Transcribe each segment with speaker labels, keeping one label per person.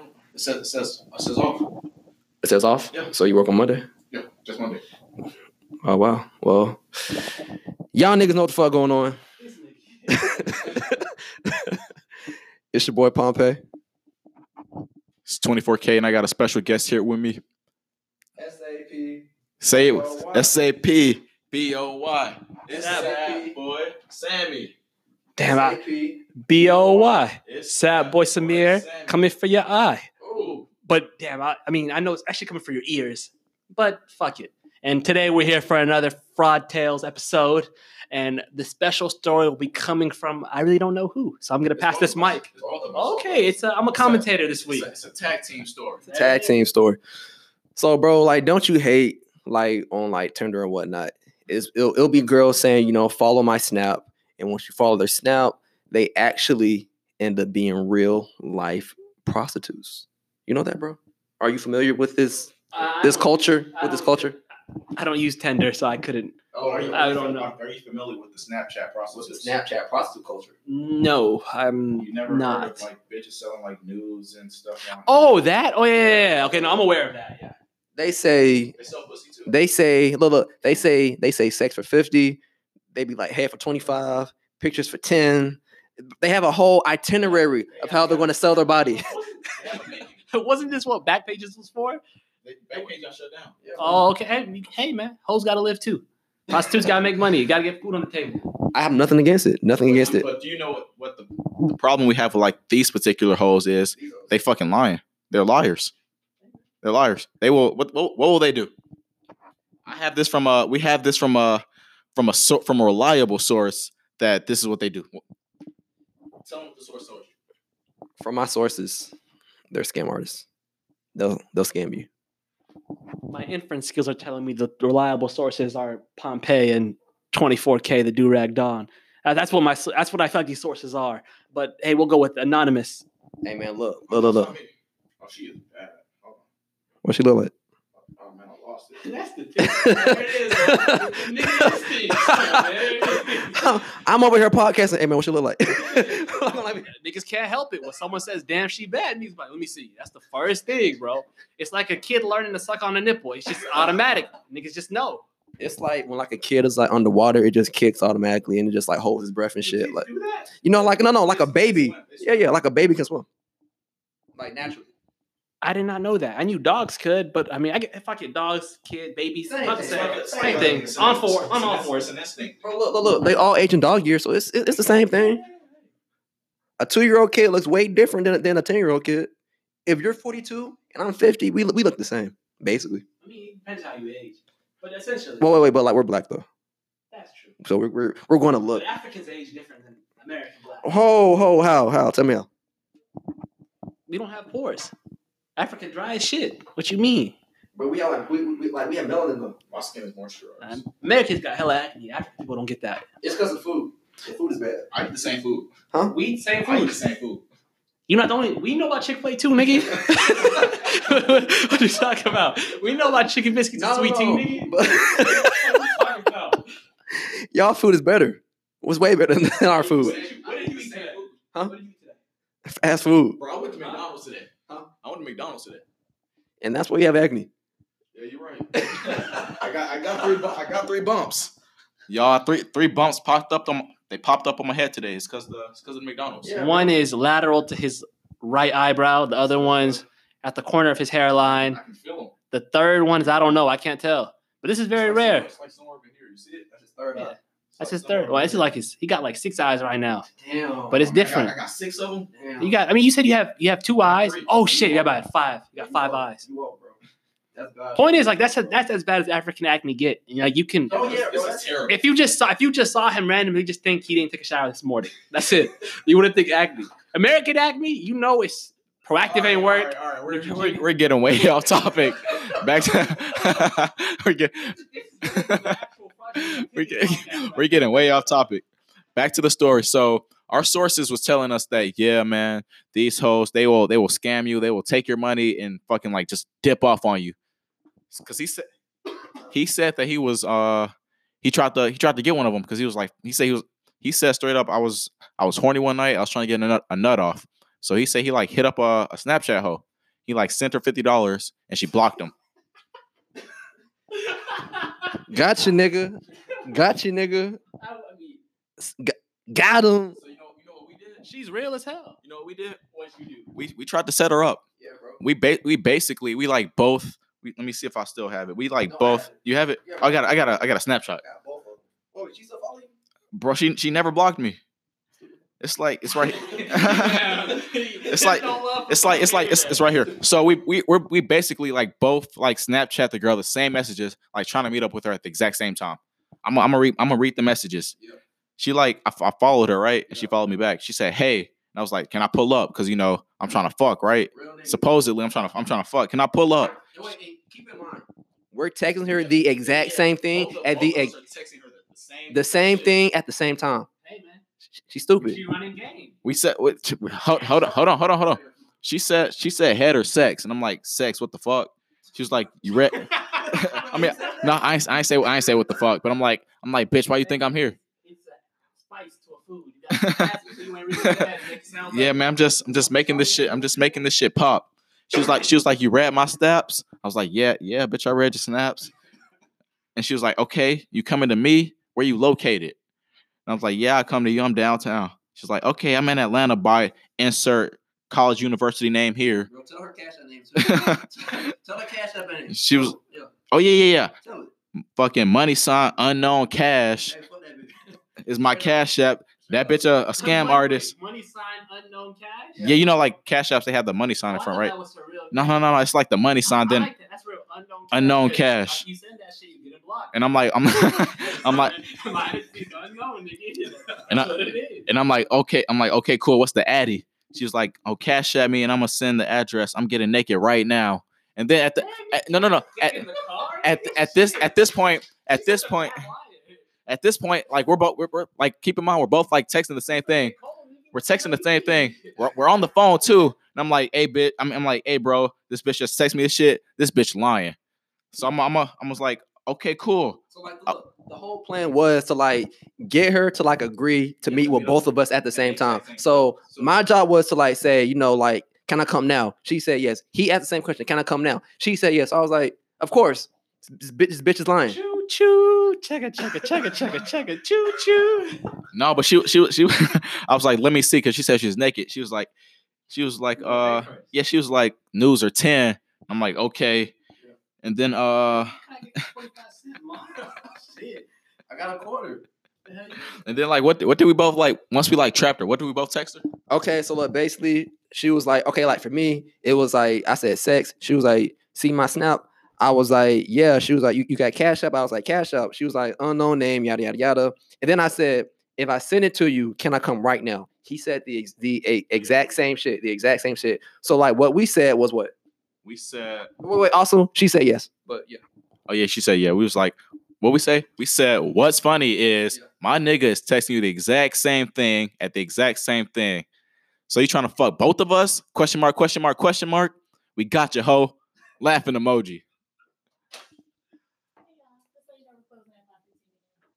Speaker 1: It says it says it says off.
Speaker 2: It says off.
Speaker 1: Yeah.
Speaker 2: So you work on Monday.
Speaker 1: Yeah, just Monday.
Speaker 2: Oh wow. Well, y'all niggas know what the fuck going on. it's your boy Pompey.
Speaker 3: It's 24K, and I got a special guest here with me.
Speaker 1: SAP.
Speaker 3: Say it.
Speaker 1: B-O-Y.
Speaker 3: SAP.
Speaker 1: B O Y. It's
Speaker 4: Sap.
Speaker 1: that boy Sammy.
Speaker 4: Damn, I-
Speaker 1: SAP.
Speaker 4: B O Y.
Speaker 1: It's
Speaker 4: Sad boy Samir
Speaker 1: Sammy.
Speaker 4: coming for your eye.
Speaker 1: Ooh.
Speaker 4: But damn, I, I mean, I know it's actually coming for your ears, but fuck it. And today we're here for another Fraud Tales episode, and the special story will be coming from I really don't know who. So I'm gonna
Speaker 1: It's
Speaker 4: pass
Speaker 1: all
Speaker 4: this
Speaker 1: of us.
Speaker 4: mic.
Speaker 1: It's all of us.
Speaker 4: Okay, it's a, I'm a commentator this
Speaker 1: It's
Speaker 4: week.
Speaker 1: a- It's a, tag team story.
Speaker 2: Tag team story. So, bro, like, don't you hate like on like Tinder and whatnot? It's, it'll, it'll be girls saying, you know, follow my snap, and once you follow their snap, they actually end up being real life prostitutes. You know that, bro? Are you familiar with this this culture? With this culture?
Speaker 4: Uh, I don't use Tinder, so I couldn't.
Speaker 1: Oh, are you,
Speaker 4: I don't know.
Speaker 1: Are you familiar with the Snapchat process?
Speaker 2: Snapchat prostitute culture?
Speaker 4: No, I'm
Speaker 1: You never
Speaker 4: not.
Speaker 1: heard of like bitches selling like nudes and stuff. on-
Speaker 4: oh, that? Oh yeah, yeah, yeah. Okay, no, I'm aware of that. Yeah.
Speaker 2: They say
Speaker 1: they sell pussy too.
Speaker 2: they say look look they say they say sex for fifty. They be like hey for twenty five, pictures for ten. They have a whole itinerary of how they're going to sell their body.
Speaker 1: They have a menu.
Speaker 4: Wasn't this what Backpages was for?
Speaker 1: They- Backpage got shut down. Yeah.
Speaker 4: Oh, okay. Hey, hey, man, hoes gotta live too. Prostitutes gotta make money. You gotta get food on the table.
Speaker 2: I have nothing against it. Nothing
Speaker 1: But-
Speaker 2: against it.
Speaker 1: But do you know what, what the
Speaker 3: The problem we have with like these particular hoes is
Speaker 1: these are-
Speaker 3: they fucking lying. They're liars. They're liars. They will. What, what, what will they do? I have this from a. We have this from a from a so- from a reliable source that this is what they do.
Speaker 1: Tell them what the source told you.
Speaker 2: From my sources, they're scam artists. They'll they'll scam you.
Speaker 4: My inference skills are telling me the reliable sources are Pompeii and 24K, the Durag Dawn. Uh, that's what my s- that's what I feel like these sources are. But hey, we'll go with anonymous.
Speaker 2: Hey man, look, look, look, look.
Speaker 1: Oh, she is bad. Hold
Speaker 2: What she look like?
Speaker 1: on. Oh man, I lost it.
Speaker 4: That's the
Speaker 2: I'm, I'm over here podcasting. Hey man, what she look like?
Speaker 4: Niggas can't help it when someone says, "Damn, she bad." And he's like, "Let me see." That's the first thing, bro. It's like a kid learning to suck on a nipple. It's just automatic. Niggas just know.
Speaker 2: it's like when like a kid is like underwater, it just kicks automatically and it just like holds his breath and shit. Like you know, like no, no, like a baby. Yeah, yeah, like a baby can swim. Like naturally.
Speaker 4: I did not know that. I knew dogs could, but I mean, I get, if I get dogs, kid, babies,
Speaker 2: Same
Speaker 4: not the
Speaker 2: thing.
Speaker 4: same.
Speaker 2: Same
Speaker 4: Same thing. On four. I'm on four.
Speaker 1: It's an instinct.
Speaker 2: Bro, look, look, look. They all age in dog years, so it's it- it's the same thing. A two year old kid looks way different than, than a ten year old kid. If you're 42 and I'm 50, we look- we look the same, basically.
Speaker 4: I mean, it depends how you age, but essentially,
Speaker 2: Well, wait, wait, but like we're black though,
Speaker 4: that's true.
Speaker 2: so we're we're, we're going to look.
Speaker 4: But Africans age different than American black.
Speaker 2: Ho, ho, how, how? Tell me how.
Speaker 4: We don't have pores. African dry as shit. What you mean?
Speaker 2: But we all like we, we like we have melanin though.
Speaker 1: My skin is moisturized.
Speaker 4: Um, Americans got hella acne. African people don't get that.
Speaker 2: It's because of food. The food is bad.
Speaker 1: I eat the same food.
Speaker 4: We same
Speaker 1: I eat the same food.
Speaker 4: You're not the only. We know about Chick Fil A too, nigga. what you talking about? We know about chicken biscuits and sweet tea, nigga.
Speaker 2: But-
Speaker 4: What you talking about?
Speaker 2: y'all food is better. It's way better than our
Speaker 1: What
Speaker 2: food.
Speaker 1: did you, what did you eat today?
Speaker 2: Huh?
Speaker 1: What did you eat today?
Speaker 2: Fast food,
Speaker 1: Bro, I went to McDonald's today. Huh? I went to McDonald's today.
Speaker 2: and that's why you have acne.
Speaker 1: Yeah, you're right. I got I got three bu- I got three bumps.
Speaker 3: Y'all three three bumps popped up on they popped up on my head today. It's cause the it's cause of the McDonald's.
Speaker 1: Yeah.
Speaker 4: One is lateral to his right eyebrow. The other one's at the corner of his
Speaker 1: I
Speaker 4: hairline.
Speaker 1: can feel them.
Speaker 4: The third one is I don't know. I can't tell. But this is very
Speaker 1: It's like somewhere-
Speaker 4: rare.
Speaker 1: It's like somewhere over here. You see it? That's his third
Speaker 4: Yeah.
Speaker 1: eye. It's like
Speaker 4: That's his
Speaker 1: somewhere
Speaker 4: third. Well,
Speaker 1: over
Speaker 4: this is
Speaker 1: here.
Speaker 4: like his. He got like six eyes right now.
Speaker 2: Damn.
Speaker 4: But it's
Speaker 1: I got- I
Speaker 4: different.
Speaker 1: got six of them.
Speaker 2: Damn.
Speaker 4: You got. I mean, you said you have you have two eyes.
Speaker 1: Three.
Speaker 4: Oh shit! You got about five. You got five eyes.
Speaker 2: You up, bro. That's bad.
Speaker 4: Point is, like that's that's as bad as African acne get. You know, you can.
Speaker 2: Oh, yeah,
Speaker 1: this
Speaker 2: bro,
Speaker 1: is terrible.
Speaker 4: If you just saw if you just saw him randomly, just think he didn't take a shower this morning. That's it. You wouldn't think acne. American acne, you know it's proactive ain't
Speaker 1: All right,
Speaker 4: work.
Speaker 1: All right, all right,
Speaker 3: We're,
Speaker 1: we're-
Speaker 3: we're, we're getting way off topic. Back to we're, get, we're, get, we're getting way off topic. Back to the story. So our sources was telling us that yeah, man, these hoes they will they will scam you, they will take your money and fucking like just dip off on you. Because he said he said that he was uh he tried to he tried to get one of them because he was like he said he was he said straight up I was I was horny one night I was trying to get a nut, a nut off. So he said he like hit up a, a Snapchat hoe. He He like sent her fifty dollars and she blocked him.
Speaker 2: Gotcha, nigga. Gotcha, nigga. S- g- Got him.
Speaker 3: So you know, you know what we did?
Speaker 4: She's real as hell.
Speaker 3: You know what we did?
Speaker 4: What you do?
Speaker 3: We we tried to set her up.
Speaker 1: Yeah, bro.
Speaker 3: We ba- we basically we like both. We, let me see if I still have it. We like
Speaker 1: No, I
Speaker 3: both.
Speaker 1: have it.
Speaker 3: you have it?
Speaker 1: Yeah,
Speaker 3: I got I got a I got a snapshot,
Speaker 1: got both of them. Oh, she's still following
Speaker 3: bro. She she never blocked me. It's like it's right.
Speaker 4: it's
Speaker 3: like- It's like it's like it's, it's right here. So we we we're, we basically like both like Snapchat the girl the same messages, like trying to meet up with her at the exact same time. I'm gonna- I'm gonna read I'm gonna read the messages.
Speaker 1: Yeah.
Speaker 3: She like I, f- I followed her right, and she
Speaker 1: Yeah.
Speaker 3: followed me back. She said, "Hey," and I was like, "Can I pull up? Because you know I'm trying to fuck, right?
Speaker 1: Real nigga.
Speaker 3: Supposedly I'm trying to I'm trying to fuck. Can I pull up?"
Speaker 1: No, wait, and keep in mind.
Speaker 2: We're texting her the exact same thing at the ex- the same thing at the same time.
Speaker 4: Hey man,
Speaker 2: Sh- She's stupid.
Speaker 4: she running game.
Speaker 3: We said, wait, t- hold, hold on, hold on, hold on, hold on. She said, she said head or sex, and I'm like, sex, what the fuck? She was like, you read? I mean, no, I ain't, I ain't say, I ain't say what the fuck, but I'm like, I'm like, bitch, why you think I'm here?
Speaker 4: It's a spice to a food. You gotta pass it so you ain't really good at it. It sounds
Speaker 3: Yeah,
Speaker 4: like-
Speaker 3: man, I'm just, I'm just making this shit, I'm just making this shit pop. She was like, she was like, you read my snaps? I was like, yeah, yeah, bitch, I read your snaps. And she was like, okay, you coming to me? Where you located? And I was like, yeah, I come to you. I'm downtown. She's like, okay, I'm in Atlanta by insert college university name here.
Speaker 1: Bro, tell her cash that name. too. tell her cash that name.
Speaker 3: She was-
Speaker 1: Yeah,
Speaker 3: Oh yeah, yeah, yeah.
Speaker 1: tell it.
Speaker 3: fucking money sign unknown cash
Speaker 1: Hey, fuck that bitch.
Speaker 3: is my cash app. That bitch a, a scam
Speaker 4: Wait, wait,
Speaker 3: artist.
Speaker 4: Money sign unknown cash.
Speaker 3: Yeah, you know like cash apps they have the money sign
Speaker 4: Oh, I
Speaker 3: in front,
Speaker 4: thought
Speaker 3: right?
Speaker 4: that was for real.
Speaker 3: No, no, no, no. It's like the money sign
Speaker 4: I
Speaker 3: then.
Speaker 4: like that. That's real. Unknown.
Speaker 3: Unknown
Speaker 4: Good.
Speaker 3: cash.
Speaker 4: If You send that shit, you get it blocked.
Speaker 3: And I'm like, I'm I'm like-
Speaker 4: Mine is the unknown, nigga.
Speaker 3: And I-
Speaker 4: That's what it is.
Speaker 3: and I'm like, okay, I'm like, okay, cool. What's the addy? She was like, oh, cash at me and I'm gonna send the address. I'm getting naked right now. And then at the at- no no no at at, th- at this at this point at this point at this point like we're both we're, we're like keep in mind we're both like texting the same thing we're texting the same thing. We're, we're on the phone too. And I'm like, hey, bitch. I'm, I'm like, hey, bro, this bitch just text me this shit. This bitch lying. So I'm, I'm, a, I'm just like, okay, cool.
Speaker 1: So like,
Speaker 3: Uh,
Speaker 1: look, the
Speaker 2: whole
Speaker 1: whole
Speaker 2: plan was to like get her to like agree to meet with both of us at the same time. So my job was to like say, you know, like, can I come now? She said yes. He asked the same question, can I come now? She said yes. I was like, of course. This bitch, this bitch is lying.
Speaker 4: Choo choo, check it, check it, check it, check it, check it, choo choo.
Speaker 3: No, but she, she, she, I was like, let me see, because she said she was naked. She was like, she was like, uh, yeah, she was like, news or 10. I'm like, okay. And then, uh,
Speaker 1: shit. I got a quarter.
Speaker 3: and then like, what, what did we both like? Once we like trapped her, what did we both text her?
Speaker 2: Okay, so look, basically, she was like, okay, like for me, it was like I said sex. She was like, see my snap. I was like, yeah. She was like, you, you got cash up. I was like, cash up. She was like, unknown name, yada yada yada. And then I said, if I send it to you, can I come right now? He said the ex- the e- exact same shit, the exact same shit. So like, what we said was what?
Speaker 3: We said,
Speaker 2: Wait, wait. Also, she said yes.
Speaker 1: But yeah,
Speaker 3: Oh yeah, she said yeah. We was like, what we say? We said what's funny is
Speaker 1: Yeah.
Speaker 3: my nigga is texting you the exact same thing at the exact same thing. So you trying to fuck both of us? Question mark? Question mark? Question mark? We got you, hoe. Laughing emoji.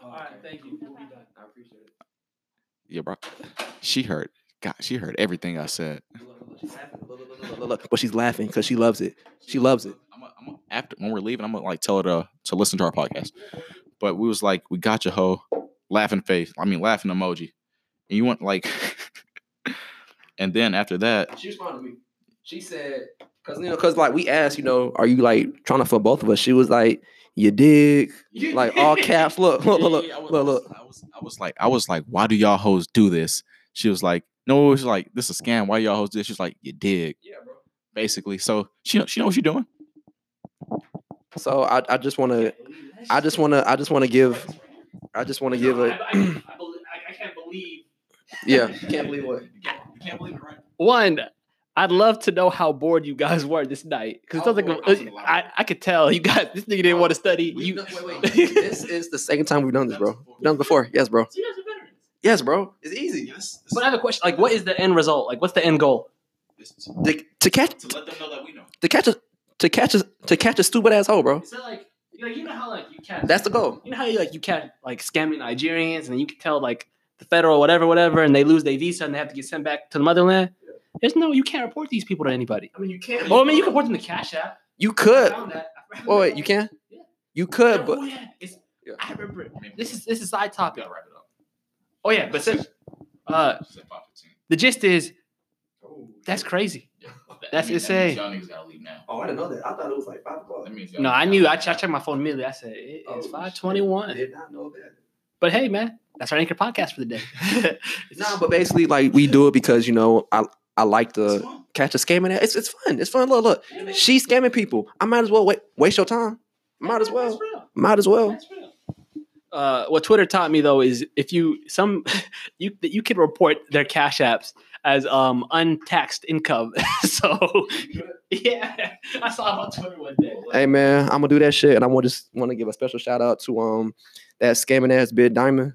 Speaker 4: All right, thank you. We'll be done.
Speaker 1: I appreciate it.
Speaker 3: Yeah, bro. She heard. God, she heard everything I said.
Speaker 1: Look, look, look, she's laughing. Look, look, look, look,
Speaker 2: Look,
Speaker 1: look,
Speaker 2: look, look, But she's laughing because she loves it. She loves it.
Speaker 3: I'm a, I'm a, after when we're leaving, I'm gonna like tell her to to listen to our podcast. But we was like, we got you, hoe. Laughing face. I mean, laughing emoji. And you want like. and then after that,
Speaker 1: She responded to me.
Speaker 2: She said, because you know, because like we asked, you know, are you like trying to fuck both of us? She was like, you dig, like all caps. Look, look, look,
Speaker 3: Yeah, yeah,
Speaker 2: look,
Speaker 3: yeah, I was-
Speaker 2: look, look.
Speaker 3: I was, I was like, I was like, why do y'all hoes do this? She was like, no, it was like, this is a scam. Why y'all hoes do this? She's like, you dig,
Speaker 1: Yeah, bro.
Speaker 3: basically. So she know, she know what you're doing.
Speaker 2: So I, I just want to, I just want to, I just want to give, I just want to give
Speaker 4: I,
Speaker 2: a,
Speaker 4: I, I, believe- I, I can't believe.
Speaker 2: yeah. Can't believe what.
Speaker 1: can't believe it, right?
Speaker 4: One, I'd love to know how bored you guys were this night because
Speaker 1: I
Speaker 4: sounds
Speaker 1: was
Speaker 4: like
Speaker 1: bored. I was in
Speaker 4: a-
Speaker 1: the
Speaker 4: I,
Speaker 1: library.
Speaker 4: I could tell you guys. This nigga didn't want to study.
Speaker 1: We-
Speaker 4: you,
Speaker 1: no, wait, wait.
Speaker 2: this is the second time we've done this, bro. We've done this before. Yes, bro.
Speaker 4: So you guys are veterans.
Speaker 2: Yes, bro.
Speaker 1: It's easy. Yes.
Speaker 4: But I have a question. Like, what is the end result? Like, what's the end goal?
Speaker 2: To, to catch,
Speaker 3: let them know that we know.
Speaker 2: to catch a, to catch a, to catch a stupid asshole, bro.
Speaker 4: Is that like, like you know how like you catch
Speaker 2: That's the goal.
Speaker 4: you know how you like you catch like scamming Nigerians and you can tell like the federal whatever whatever and they lose their visa and they have to get sent back to the motherland. There's no, you can't report these people to anybody.
Speaker 1: I mean, you can't.
Speaker 4: Well, I mean, you can report them to Cash App.
Speaker 2: You could.
Speaker 4: I found that. I found
Speaker 2: Well,
Speaker 4: that.
Speaker 2: wait, you can.
Speaker 4: Yeah.
Speaker 2: You could, but
Speaker 4: oh, yeah. It's,
Speaker 2: Yeah.
Speaker 4: I remember. it.
Speaker 3: I mean,
Speaker 4: This is this is side
Speaker 3: we
Speaker 4: topic.
Speaker 3: gotta wrap it up.
Speaker 4: Oh yeah, but since, uh,
Speaker 3: It's at 5:15.
Speaker 4: the gist is
Speaker 1: Oh,
Speaker 4: that's crazy.
Speaker 3: That
Speaker 4: That's
Speaker 3: means- that
Speaker 4: insane.
Speaker 3: means Y'all niggas gotta leave now.
Speaker 1: Oh, I didn't know that. I thought it was like five o'clock.
Speaker 3: That means y'all
Speaker 4: No, I
Speaker 3: gotta
Speaker 4: knew.
Speaker 3: leave.
Speaker 4: I, che- I checked my phone immediately. I said it-
Speaker 1: Oh,
Speaker 4: it's
Speaker 1: shit.
Speaker 4: five twenty one.
Speaker 1: Did not know that.
Speaker 4: But hey, man, that's our anchor podcast for the day.
Speaker 2: no, but basically, like we do it because you know I I like
Speaker 1: It's
Speaker 2: to
Speaker 1: fun.
Speaker 2: catch a scamming. It's it's fun. It's fun. Look, look, she's scamming people. I might as well wait, waste your time. Might as well. Might as well.
Speaker 4: Uh, what Twitter taught me though is if you some you that you can report their cash apps as um untaxed income. so yeah, I saw it on Twitter one day.
Speaker 2: Hey man, I'm gonna do that shit, and I want just want to give a special shout out to um that scamming ass bid diamond.